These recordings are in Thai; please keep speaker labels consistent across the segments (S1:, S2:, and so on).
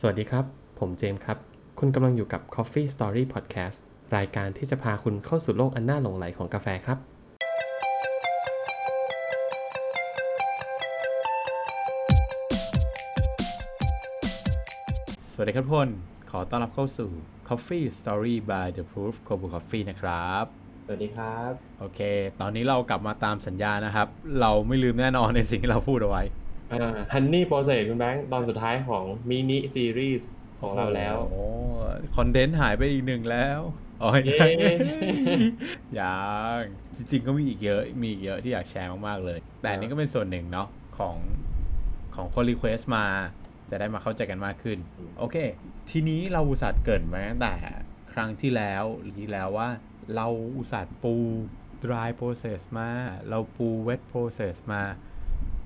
S1: สวัสดีครับ ผมเจมส์ครับ คุณกำลังอยู่กับ Coffee Story Podcast รายการที่จะพาคุณเข้าสู่โลกอันน่าหลงไหลของกาแฟครับ
S2: สวัสดีครับทุกคน ขอต้อนรับเข้าสู่ Coffee Story by The Proof c o b u Coffee นะครับ
S3: สวัสดีครับ
S2: โอเค ตอนนี้เรากลับมาตามสัญญานะครับ เราไม่ลืมแน่นอนในสิ่งที่เราพูดเอาไว้
S3: อ่าฮันนี่โปรเซสคุณแบงค์ตอนสุดท้ายของมินิซีรีส์ของเราแล้ว
S2: โอ้คอนเทนต์หายไปอีกหนึ่งแล้วโอ้ย
S3: เย้
S2: ยังจริงๆก็มีอีกเยอะ มีอีกเยอะที่อยากแชร์มากๆเลย แต่อันนี้ก็เป็นส่วนหนึ่งเนาะของของคนรีเควสมา จะได้มาเข้าใจกันมากขึ้น โอเค ทีนี้เราอุตส่าห์เกริดมาตั้งแต่ครั้งที่แล้วหรือที่แล้วว่าเราอุตส่าห์ปู dry process มา เราปู wet process มา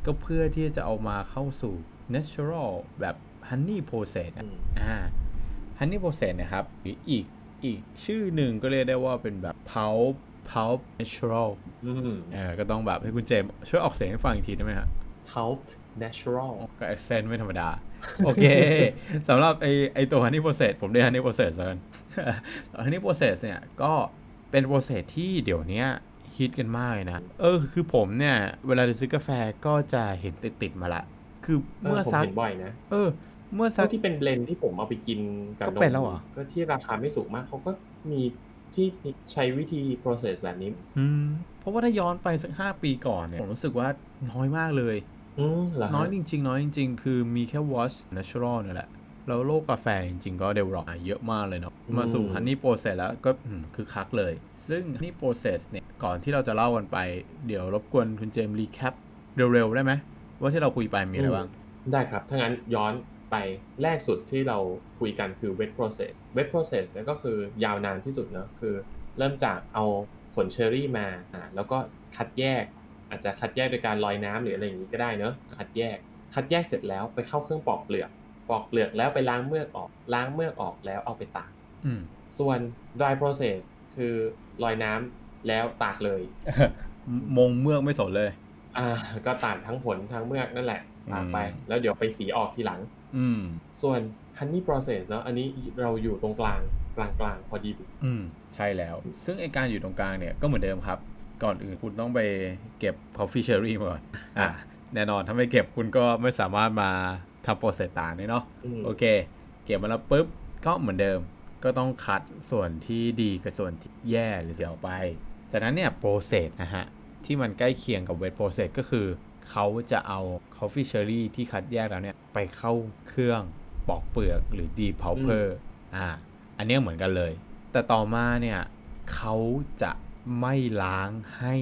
S2: ก็เพื่อที่จะเอามาเข้าสู่ natural แบบ honey process
S3: อื
S2: นะ
S3: ม
S2: อ่า honey process นะครับหรืออีกอีกชื่อหนึ่งก็เรียกได้ว่าเป็นแบบ pulp pulp natural
S3: อืม
S2: เออก็ต้องแบบให้คุณเจมส์ช่วยออกเสียงให้ฟังอีกทีได้ไหมฮะ
S3: เ u าท์เนเชอรัล
S2: ก็ accent ไม่ธรรมดา โอเค สำหรับไอไอตัว honey process ผมเรียก honey process แล้วกัน honey process เนี่ย ก็เป็น process ที่เดี๋ยวเนี้ยฮิตกันมากเลยนะ เออ คือผมเนี่ย เวลาจะซื้อกาแฟก็จะเห็นติดๆมาละ คือเมื่อ
S3: ผม
S2: สัก
S3: เห็นบ่อยนะ
S2: เออ เมื่อ
S3: พ
S2: สั
S3: ว
S2: ก
S3: กที่เป็นเบลนด์ที่ผมเอาไปกินกับ
S2: ก็เป็นแล้วเหรอ
S3: ก็ที่ราคาไม่สูงมากเขาก็มีที่ใช้วิธีโปรเซสแบบนี้
S2: อืม เพราะว่าถ้าย้อนไปสัก 5 ปีก่อนเนี่ย ผมรู้สึกว่าน้อยมากเลย
S3: อืมเหรอฮะ
S2: น้อยจริงๆ น้อยจริงๆ คือมีแค่ Watch Natural เนี่ยแหละ แล้วโลกกาแฟจริงๆ ก็เดเวลลอปมาเยอะมากเลยเนาะ มาสู่ Honey Process แล้วก็อืมคือคักเลย ซึ่ง Honey Process เนี่ย ก่อนที่เราจะเล่ากันไป เดี๋ยวรบกวนคุณเจมรีแคปเร็วๆ ได้ไหม ว่าที่เราคุยไปมีอะไรบ้าง
S3: ได้ครับ ถ้างั้นย้อนไปแรกสุดที่เราคุยกันคือ wet process wet process เนี่ยก็คือยาวนานที่สุดเนอะคือ เริ่มจากเอาผลเชอร์รี่มาอ่าแล้วก็คัดแยก อาจจะคัดแยกโดยการลอยน้ำหรืออะไรอย่างนี้ก็ได้เนอะคัดแยก คัดแยกเสร็จแล้วไปเข้าเครื่องปอกเปลือก ปอกเปลือกแล้วไปล้างเมือกออก ล้างเมือกออกแล้วเอาไปตาก
S2: อืม
S3: ส่วน dry process คือลอยน้ำแล้วตากเลย
S2: มงเมือกไม่สนเลย
S3: อ่า ก็ตากทั้งผลทั้งเมือกนั่นแหละ ตากไป
S2: อืม
S3: แล้วเดี๋ยวไปสีออกทีหลัง
S2: อืม
S3: ส่วน Honey Process เนอะอันนี้เราอยู่ตรงกลางกลางกลางพอดี
S2: อืม ใช่แล้ว ซึ่งไอการอยู่ตรงกลางเนี่ย ก็เหมือนเดิมครับ ก่อนอื่นคุณต้องไปเก็บ coffee cherry มาก่อน อ่ะ แน่นอนถ้าไม่เก็บคุณก็ไม่สามารถมาทำโปรเซสต่างได้เนาะ
S3: อืม
S2: โอเค เก็บมาแล้วปุ๊บ ก็เหมือนเดิม ก็ต้องคัดส่วนที่ดีกับส่วนที่แย่หรือเสียออกไป จากนั้นเนี่ยโปรเซสนะฮะ ที่มันใกล้เคียงกับเวทโปรเซสก็คือ เขาจะเอา Coffee Cherry ที่คัดแยกแล้วเนี่ย ไปเข้าเครื่องปอกเปลือกหรือ Deep Pulper อ่า อันเนี้ยเหมือนกันเลย แต่ต่อมาเนี่ย เขาจะไม่ล้างให้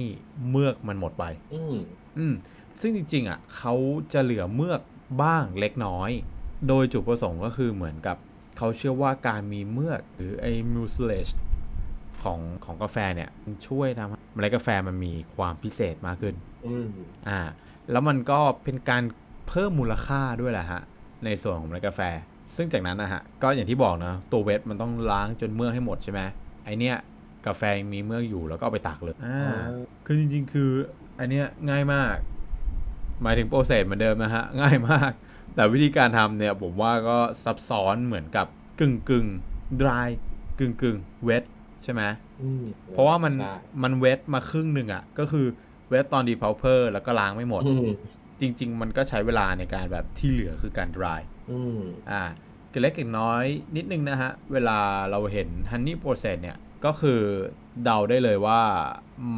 S2: เมือกมันหมดไป
S3: อืม
S2: อืมซึ่งจริงๆอ่ะเขาจะเหลือเมือกบ้างเล็กน้อย โดยจุดประสงค์ก็คือเหมือนกับเขาเชื่อว่าการมีเมือกหรือไอ้มูสเลชของของกาแฟเนี่ยมันช่วยทำให้เมล็ดกาแฟมันมีความพิเศษมากขึ้น
S3: อืม
S2: อ่า แล้วมันก็เป็นการเพิ่มมูลค่าด้วยแหละฮะ ในส่วนของเมล็ดกาแฟ ซึ่งจากนั้นนะฮะ ก็อย่างที่บอกนะตัวเวทมันต้องล้างจนเมือกให้หมดใช่ไหมไอเนี้ยกาแฟยังมีเมือกอยู่แล้วก็เอาไปตากเลยอ่
S3: อ่า
S2: า คือจริงๆ คืออันเนี้ยง่ายมาก หมายถึงโปรเซสเหมือนเดิมนะฮะ ง่ายมาก แต่วิธีการทำเนี่ยผมว่าก็ซับซ้อนเหมือนกับกึ่งกึ่งดรายกึ่งกึ่งเวทใช่ไหม
S3: อืม
S2: เพราะว่ามัน
S3: ใช่
S2: มันเวทมาครึ่งหนึ่งอะ่ะ ก็คือเวทตอนดีพาวเพอร์แล้วก็ล้างไม่หมด
S3: อืม
S2: จริง ๆ มันก็ใช้เวลาในการแบบที่เหลือคือการดราย
S3: อืม
S2: อ่าเกล็ดเล็กน้อยนิดนึงนะฮะ เวลาเราเห็นฮันนี่โปรเซสเนี่ย ก็คือเดาได้เลยว่า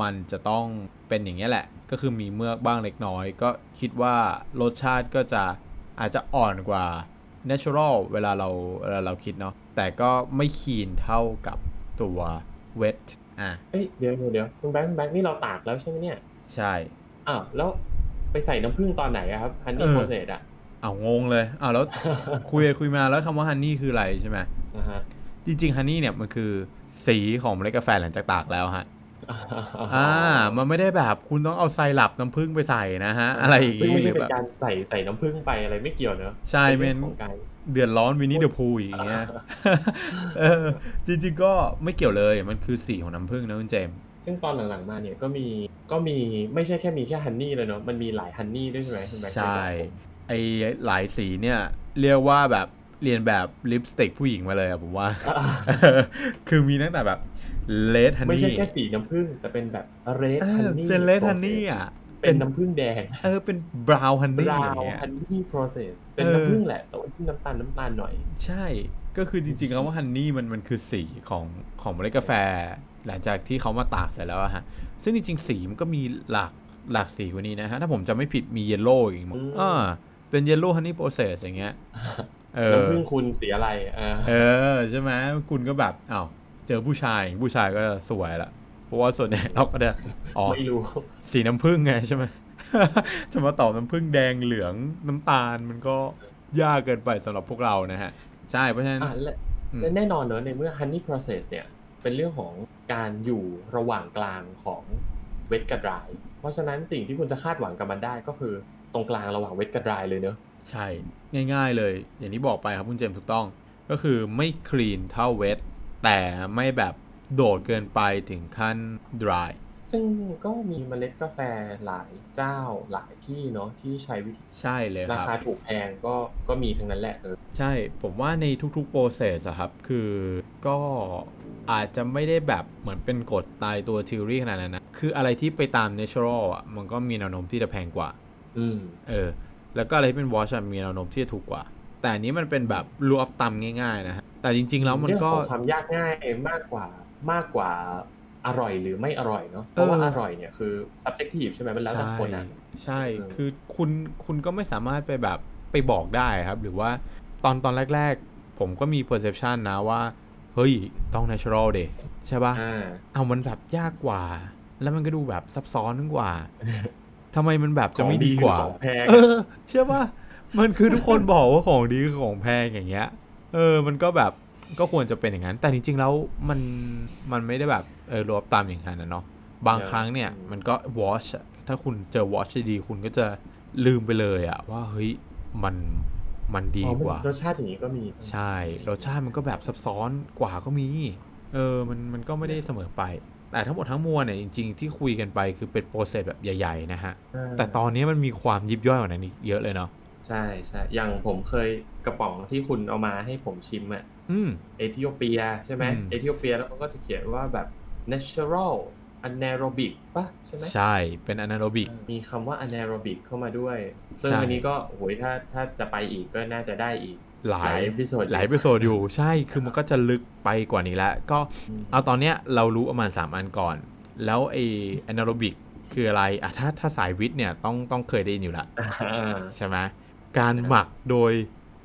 S2: มันจะต้องเป็นอย่างนี้ยแหละ ก็คือมีเมือกบ้างเล็กน้อย ก็คิดว่ารสชาติก็จะอาจจะอ่อนกว่า natural เวลาเราเวลาเราคิดเนาะแต่ก็ไม่คีนเท่ากับตัว wet อ่ะ
S3: เอ้ยเดี๋ยวเดี๋ยวเดี๋ยวคุณแบงค์คุณแบงค์นี่เราตากแล้วใช่ไหมเนี่ย
S2: ใช่
S3: อ้าวแล้วไปใส่น้ำผึ้งตอนไหนอะครับ Honey
S2: เออ
S3: Process อะ
S2: เอางงเลยเอาแล้ว คุยไปคุยมาแล้วคำว่าฮันนี่คืออะไรใช่ไหม
S3: นะฮะ
S2: จริงๆฮันนี่เนี่ยมันคือสีของเมล็ดกาแฟหลังจากตากแล้วฮะ อ่า มันไม่ได้แบบคุณต้องเอาไซรัปน้ำผึ้งไปใส่นะฮะ อะไรอย่าง
S3: ซึ่
S2: งี้
S3: ไม่
S2: หรื
S3: ใช่
S2: อ
S3: เป็
S2: แบบ
S3: นการใส่ใส่น้ำผึ้งไปอะไรไม่เกี่ยวเนอะ
S2: ใช่เป็น
S3: เรื่องของการ
S2: เดือดร้อนวินนี่เดอะพูอย่างเงี้ย เออ จริงๆก็ไม่เกี่ยวเลย มันคือสีของน้ำผึ้งนะคุณเจมส์
S3: ซึ่งตอนหลังๆมาเนี่ยก็มีก็มีไม่ใช่แค่มีแค่ฮันนี่เลยเนอะมันมีหลายฮันนี่ด้วยใช่ไหมคุณแบงค์
S2: ใช่ ไอหลายสีเนี่ย เรียกว่าแบบ เรียนแบบลิปสติกผู้หญิงมาเลยอะผมว่า
S3: อ่า
S2: คือมีตั้งแต่แบบเลดฮัน
S3: ไม่
S2: นี่
S3: ใช่แค่สีน้ำผึ้งแต่เป็นแบบเรดฮันนี่
S2: เป็นเลดฮันนี่อ่ะ
S3: เป็นน้ำผึ้งแดง
S2: เออเป็นบราวน์ฮัน
S3: บ
S2: นี่
S3: รา
S2: อย่าง
S3: ว
S2: เงี้ย
S3: ฮันนี่ process เป็น
S2: เออ
S3: น้ำผึ้งแหละ แต่ว่าที่น้ำตาลน้ำตาลหน่อย
S2: ใช่ก็คือจริงๆคำว่าฮันนี่มันมันคือสีของของเมล็ดกาแฟ หลังจากที่เขามาตากเสร็จแล้วอะฮะ ซึ่งจริงๆสีมันก็มีหลากหลากสีกว่านี้นะฮะ ถ้าผมจำไม่ผิดมีเยลโล่อย่างเงี้ย
S3: อืม
S2: อ่าเป็นเยลโล่ฮันนี่โปรเซสอย่างเงี้ยเออ
S3: น้ำผึ้งคุณสีอะไรอ่า
S2: เออ ใช่ไหมคุณก็แบบอ้าวเจอผู้ชายผู้ชายก็สวยละเพราะว่าส่วนใหญ่เราก็จะอ๋อ
S3: ไม่รู้
S2: สีน้ำผึ้งไงใช่ไหม จะมาตอบน้ำผึ้งแดงเหลืองน้ำตาลมันก็ยากเกินไปสำหรับพวกเรานะฮะ ใช่เพราะฉะนั้น
S3: อ่ะและ
S2: อืม
S3: และแน่นอนเนอะในเมื่อ honey process เนี่ยเป็นเรื่องของการอยู่ระหว่างกลางของเวทกับดราย เพราะฉะนั้นสิ่งที่คุณจะคาดหวังกับมันได้ก็คือตรงกลางระหว่างเวทกับดรายเลยเนอะ
S2: ใช่ง่ายๆเลย อย่างที่บอกไปครับคุณเจมส์ถูกต้อง ก็คือไม่คลีนเท่าเวทแต่ไม่แบบโดดเกินไปถึงขั้น dry
S3: ซึ่งก็มีเมล็ดกาแฟหลายเจ้าหลายที่เนาะที่ใช้วิธี
S2: ใช่เลย
S3: รา
S2: ครับ
S3: คาถูกแพงก็ก็มีทั้งนั้นแหละเออ
S2: ใช่ผมว่าในทุกๆ process อะครับ คือก็อาจจะไม่ได้แบบเหมือนเป็นกฎตายตัว theory ขนาดนั้นนะ คืออะไรที่ไปตาม natural อะมันก็มีแนวโน้มที่จะแพงกว่า
S3: อืม
S2: เออ แล้วก็อะไรที่เป็น watch อะมีแนวโน้มที่จะถูกกว่า แต่อันนี้มันเป็นแบบรวบตามง่ายๆนะฮะ แต่จริงๆ แล้วมัน
S3: เรื่อง
S2: ก็
S3: ของความยากง่ายมากกว่ามากกว่าอร่อยหรือไม่อร่อยเนาะเพราะว่า
S2: เออ
S3: อ
S2: อ
S3: ร่อยเนี่ยคือ subjective ใช่ไหมมันแล้วแต่คนนะ
S2: ใช่
S3: เออ
S2: คือคุณ คุณก็ไม่สามารถไปแบบไปบอกได้ครับ หรือว่าตอนตอนแรกๆ ผมก็มี perception นะว่า เฮ้ย ต้อง natural เดใช่ปะ
S3: อ่า
S2: เอามันแบบยากกว่า แล้วมันก็ดูแบบซับซ้อนทั้ง กว่า ทำไมมันแบบจะไม่ดีกว่า
S3: ของแพง
S2: เออเชื่อป่ะ มันคือทุกคนบอกว่าของดีคือของแพงอย่างเงี้ย เออ มันก็แบบ ก็ควรจะเป็นอย่างนั้น แต่จริงๆแล้วมัน มันไม่ได้แบบ เออรวบตามอย่างนั้นนะเนาะ บาง
S3: เออ
S2: ครั้งเนี่ย มันก็ watch อะถ้าคุณเจอ watch ดีๆคุณก็จะลืมไปเลยอะว่า เฮ้ย มัน มันดี
S3: อ๋อมัน
S2: กว่า
S3: รสชาติอย่างนี้ก็มี
S2: ใช่ รสชาติมันก็แบบซับซ้อนกว่าก็มี เออ มัน มันก็ไม่ได้เสมอไป แต่ทั้งหมดทั้งมวลเนี่ย จริง ๆ ที่คุยกันไปคือเป็นโปรเซสแบบใหญ่ ๆ นะฮะ
S3: อ่า
S2: แต่ตอนนี้มันมีความยิบย่อยกว่านั้นอีกเยอะเลยเนาะ
S3: ใช่ใช่อย่างผมเคยกระป๋องที่คุณเอามาให้ผมชิมอะ
S2: อืม
S3: เอธิโอเปียใช่ไหม
S2: อืม
S3: เอธิโอเปียแล้วเขาก็จะเขียนว่าแบบ natural anaerobic ปะใช่ไหม
S2: ใช่ เป็นอนาโรบิก
S3: มีคำว่า anaerobic เข้ามาด้วย ซึ่ง
S2: ใช่
S3: อันนี้ก็โหยถ้าถ้าจะไปอีกก็น่าจะได้อีก
S2: หลา
S3: ห
S2: ย
S3: ลาย episode
S2: หลาย episode อยู่ ใช่ คือมันก็จะลึกไปกว่านี้แล้ว ก็
S3: อืม
S2: เอาตอนเนี้ยเรารู้ประมาณ 3 อันก่อน แล้วไออนาโรบิกคืออะไรอ่ะถ้า ถ้าสายวิทย์เนี่ย ต้อง ต้องเคยได้ยินอยู่ละ
S3: อ่า
S2: ใช่ไหมการหมักโดย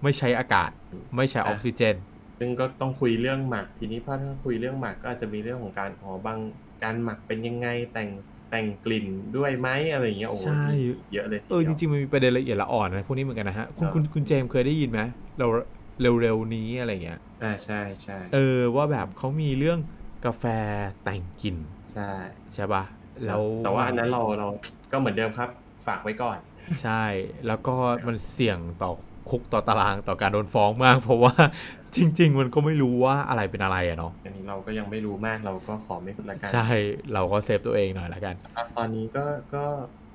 S2: ไม่ใช้อากาศ ไม่ใช้ออกซิเจน
S3: ซึ่งก็ต้องคุยเรื่องหมักทีนี้พอถ้าคุยเรื่องหมักก็อาจจะมีเรื่องของการอ๋อบางการหมักเป็นยังไงแต่งแต่งกลิ่นด้วยไหมอะไรอย่างเงี้ยโอ้โห
S2: ใช่
S3: เยอะเลยที
S2: เออจ
S3: ดียว
S2: ริงๆมันมีประเด็นละเอียดละอ่อนนะพวกนี้เหมือนกันนะฮะ คุณ
S3: ครับ
S2: คุณคุณเจมส์เคยได้ยินไหมเราเร็วๆนี้อะไรเงี้ย
S3: อ่าใช่ใช่
S2: เออว่าแบบเขามีเรื่องกาแฟแต่งกลิ่น
S3: ใช่
S2: ใช่ปะแล้ว
S3: แต่ว่าอันนั้นเราเราก็เหมือนเดิมครับ ฝากไว้ก่อน
S2: ใช่ แล้วก็มันเสี่ยงต่อคุกต่อตารางต่อการโดนฟ้องมาก เพราะว่า จริง ๆ มันก็ไม่รู้ว่าอะไรเป็นอะไรอะเนาะ
S3: อันนี้เราก็ยังไม่รู้มากเราก็ขอไม่พูดละกัน
S2: ใช่เราก็เซฟตัวเองหน่อยละกัน
S3: ครับตอนนี้ก็ก็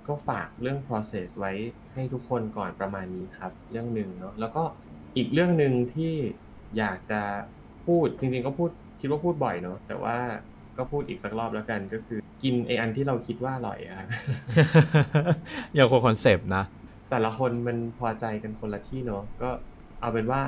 S3: ก็ฝากเรื่อง process ไว้ให้ทุกคนก่อนประมาณนี้ครับ เรื่องหนึ่งเนาะแล้วก็อีกเรื่องหนึ่งที่อยากจะพูดจริงๆก็พูดคิดว่าพูดบ่อยเนาะแต่ว่าก็พูดอีกสักรอบแล้วกันก็คือกินไออันที่เราคิดว่าอร่อยอะครับ
S2: อย่างคนคอนเซปต์นะ
S3: แต่ละคนมันพอใจกันคนละที่เนาะก็เอาเป็นว่า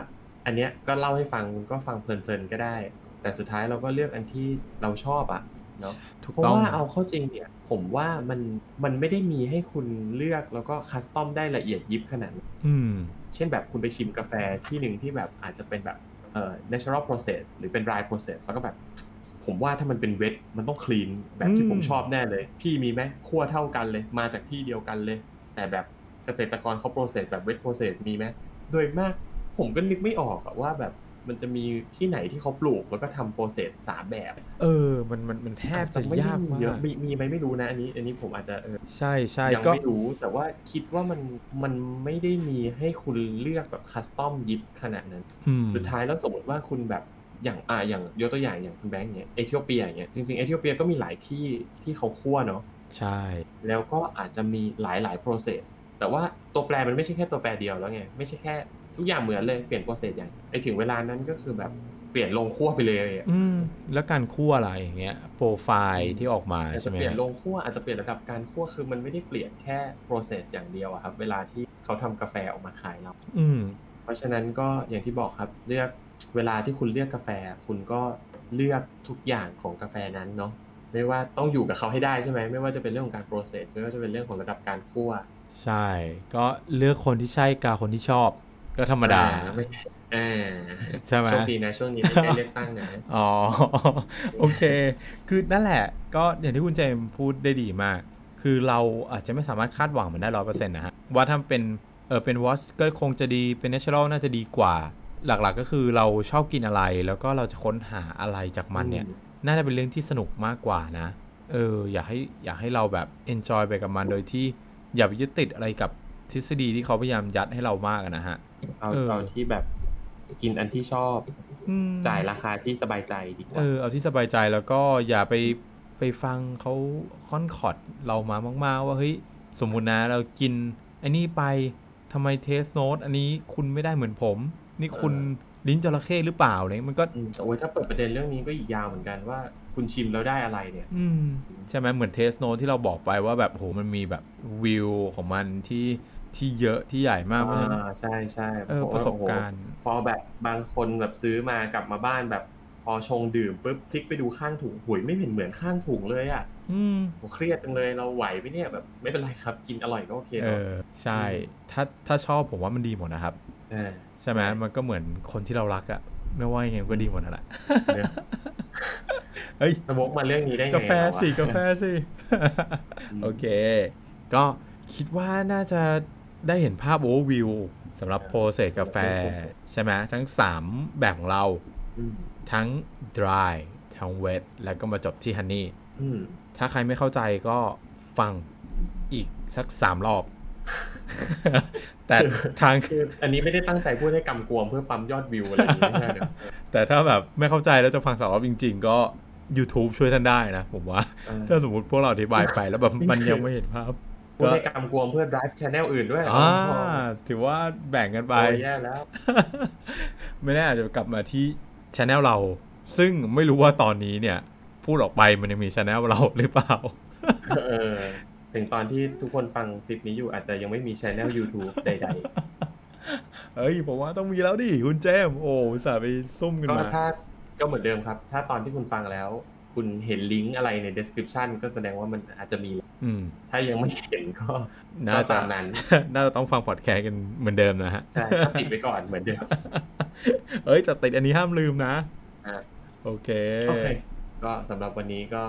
S3: อันเนี้ยก็เล่าให้ฟังคุณก็ฟังเพลินๆก็ได้ แต่สุดท้ายเราก็เลือกอันที่เราชอบอะเนาะ
S2: ถูก
S3: เพราะ
S2: ต้อง
S3: ว่าเอาเข้าจริงเนี่ย ผมว่ามันมันไม่ได้มีให้คุณเลือกแล้วก็คัสตอมได้ละเอียดยิบขนาดนั้น
S2: อืม
S3: เช่นแบบคุณไปชิมกาแฟที่หนึ่งที่แบบอาจจะเป็นแบบเอ่อ natural process หรือเป็น dry process แล้วก็แบบ ผมว่าถ้ามันเป็นเวทมันต้องคลีนแบบที่
S2: อืม
S3: ผมชอบแน่เลย พี่มีไหมคั่วเท่ากันเลย มาจากที่เดียวกันเลย แต่แบบเกษตรกรเขาโปรเซสแบบเวทโปรเซสมีไหมโดยมากผมก็นึกไม่ออกอะว่าแบบมันจะมีที่ไหนที่เขาปลูกแล้วก็ทำโปรเซสสามแบบ
S2: เออ มัน มัน มันแทบจะ
S3: ไม่
S2: ยาก
S3: มี
S2: มา
S3: เยอะ
S2: ก
S3: มีมีไหมไม่รู้นะอันนี้ อันนี้ผมอาจจะเออ
S2: ใช่ใช่
S3: ยัง
S2: ก็
S3: ไม่รู้ แต่ว่าคิดว่ามันมันไม่ได้มีให้คุณเลือกแบบคัสตอมยิบขนาดนั้น
S2: อืม
S3: สุดท้ายแล้วสมมติว่าคุณแบบอย่างอ่าอย่างยกตัวอย่างอย่างคุณแบงค์เนี่ยเอธิโอเปียอย่างเงี้ยจริงๆเอธิโอเปียก็มีหลายที่ที่เขาคั่วเนาะ
S2: ใช่
S3: แล้วก็อาจจะมีหลายหลาย process แต่ว่าตัวแปรมันไม่ใช่แค่ตัวแปรเดียวแล้วไงไม่ใช่แค่ ทุกอย่างเหมือนเลยเปลี่ยนโปรเซสอย่างไอถึงเวลานั้นก็คือแบบเปลี่ยนลงคั่วไปเลยอะ
S2: อืมแล้วการคั่วอะไรอย่างเงี้ยโปรไฟล์ที่ออกมา
S3: อาจ
S2: ใช่
S3: จะ
S2: ไหม
S3: เปลี่ยน
S2: ฮะ
S3: ลงคั่วอาจจะเปลี่ยนระดับการคั่วคือมันไม่ได้เปลี่ยนแค่โปรเซสอย่างเดียวอะครับเวลาที่เขาทำกาแฟออกมาขายเรา
S2: อืม
S3: เพราะฉะนั้นก็อย่างที่บอกครับเลือกเวลาที่คุณเลือกกาแฟ คุณก็เลือกทุกอย่างของกาแฟนั้นเนาะไม่ว่าต้องอยู่กับเขาให้ได้ใช่ไหมไม่ว่าจะเป็นเรื่องของการโปรเซสไม่ว่าจะเป็นเรื่องของระดับการคั่ว
S2: ใช่ ก็เลือกคนที่ใช่กับคนที่ชอบก็ธรรมดา
S3: อ่ไม่อ่า
S2: ใช่ไหม
S3: โชคดีนะช่วงนี้ไม่ได้เลือกตั้งนะ
S2: อ๋อ โอเค คือนั่นแหละ ก็อย่างที่คุณเจมส์พูดได้ดีมาก คือเราอาจจะไม่สามารถคาดหวังมันได้ร้อยเปอร์เซ็นต์นะฮะ ว่าถ้าเป็นเออเป็นวอชก็คงจะดีเป็นเนเชอรัลน่าจะดีกว่า หลักๆก็คือเราชอบกินอะไร แล้วก็เราจะค้นหาอะไรจาก มันเนี่ย น่าจะเป็นเรื่องที่สนุกมากกว่านะ เออ อยากให้อยากให้เราแบบ enjoy ไปกับมันโดยที่อย่าไปยึดติดอะไรกับทฤษฎีที่เขาพยายามยัดให้เรามากอะนะฮะ
S3: เอา
S2: เออ
S3: เอาที่แบบกินอันที่ชอบ
S2: อืม
S3: จ่ายราคาที่สบายใจดีก
S2: เอ
S3: ว่า
S2: อเอาที่สบายใจแล้วก็อย่าไปไปฟังเขาค่อนขอดเรามามากๆ ว่าเฮ้ยสมมุตินะเรากินไอันนี้ไปทำไมเทสโนตอันนี้คุณไม่ได้เหมือนผม นี่คุณลิ้นจระเข้หรือเปล่าเนี่ยมันก็
S3: มแต่โอ้ยถ้าเปิดประเด็นเรื่องนี้ก็อีกยาวเหมือนกันว่าคุณชิมแล้วได้อะไรเนี่ย
S2: อืม ใช่ไหมเหมือนเทสโนที่เราบอกไปว่าแบบโหมันมีแบบวิวของมันที่ที่เยอะที่ใหญ่มากเพราะฉะนั้น
S3: อ่าใช่ใช่
S2: เออ
S3: ผม
S2: ประ
S3: ว่า
S2: สบ
S3: โอ้โห
S2: การณ์
S3: พอแบบบางคนแบบซื้อมากลับมาบ้านแบบพอชงดื่มปุ๊บพลิกไปดูข้างถุงหุยไม่เห็นเหมือนข้างถุงเลยอะ่ะ
S2: อืม
S3: ผมเครียดจังเลยเราไหวไหมเนี่ยแบบไม่เป็นไรครับกินอร่อยก็โอเค
S2: เอ
S3: เนาะ
S2: อ ใช่ ถ้าถ้าชอบผมว่ามันดีหมดนะครับ
S3: า
S2: ใช่ไหม
S3: ใช่
S2: มันก็เหมือนคนที่เรารักอะไม่ว่ายังไงมันก็ดีหมดนั่นแหละ
S3: เนี่ย
S2: เฮ้ย
S3: สมกมา เรื่องนี้ได้ไง
S2: กาแฟ
S3: เรอะ
S2: สิ กาแฟสิ
S3: อืม
S2: โอเค ก็คิดว่าน่าจะได้เห็นภาพโอเวอร์วิวสำหรับโปรเซสกาแฟ ใช่ไหมทั้ง 3 แบบของเรา
S3: อืม
S2: ทั้ง dry ทั้ง wet แล้วก็มาจบที่ honey
S3: อืม
S2: ถ้าใครไม่เข้าใจก็ฟังอีกสัก 3 ร อบ แต่ ทาง
S3: คืออันนี้ไม่ได้ตั้งใจพูดให้กำกวมเพื่อปั๊มยอดวิวอะไรอย่างเงี้ยใช่ไหม
S2: แต่ถ้าแบบไม่เข้าใจแล้วจะฟังสารอบจริง ๆ ก็ YouTube ช่วยท่านได้นะ ผมว่า
S3: เออ
S2: ถ้าสมมติพวกเราอธิบายไป แล้วแบบ
S3: จริงๆ
S2: มันยังไม่เห็นภาพ
S3: พูดให้กำกวมเพื่อ drive channel อื่นด้วย
S2: อ่าถือว่าแบ่งกัน
S3: ไป
S2: ไป
S3: แย่แล้ว
S2: ไม่แน่อาจจะกลับมาที่ช anel เรา ซึ่งไม่รู้ว่าตอนนี้เนี่ย พูดออกไปมันยังมีช anel เราหรือเปล่า
S3: เออถึงตอนที่ทุกคนฟังคลิปนี้อยู่อาจจะยังไม่มี channel YouTube ใด ๆ
S2: เฮ้ย ผมว่าต้องมีแล้วดิคุณเจมส์โอ้อุตสาห์ไปซุ่มกัน
S3: ก็
S2: มา
S3: ถ้าก็เหมือนเดิมครับ ถ้าตอนที่คุณฟังแล้ว คุณเห็นลิงก์อะไรใน description ก็แสดงว่ามันอาจจะมี
S2: อืม
S3: ถ้ายังไม่เห็นก็
S2: น่า
S3: ก็
S2: จะ
S3: ตามนั้น
S2: น่าจะต้องฟังพอดแคสต์กันเหมือนเดิมนะฮะ
S3: ใช่ก็ติดไปก่อนเหมือนเดิม
S2: เอ้ยจะติดอันนี้ห้ามลืมนะ
S3: อ่ะ
S2: โอเค
S3: โอเค ก็สำหรับวันนี้ก็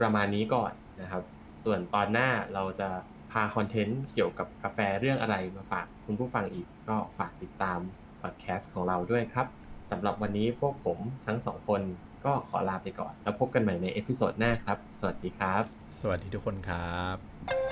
S3: ประมาณนี้ก่อนนะครับ ส่วนตอนหน้าเราจะพาคอนเทนต์เกี่ยวกับกาแฟเรื่องอะไรมาฝากคุณผู้ฟังอีก ก็ฝากติดตามพอดแคสต์ของเราด้วยครับสำหรับวันนี้พวกผมทั้งสองคนก็ขอลาไปก่อน แล้วพบกันใหม่ในเอพิโซดหน้าครับ สวัสดีครับ
S2: สวัสดีทุกคนครับ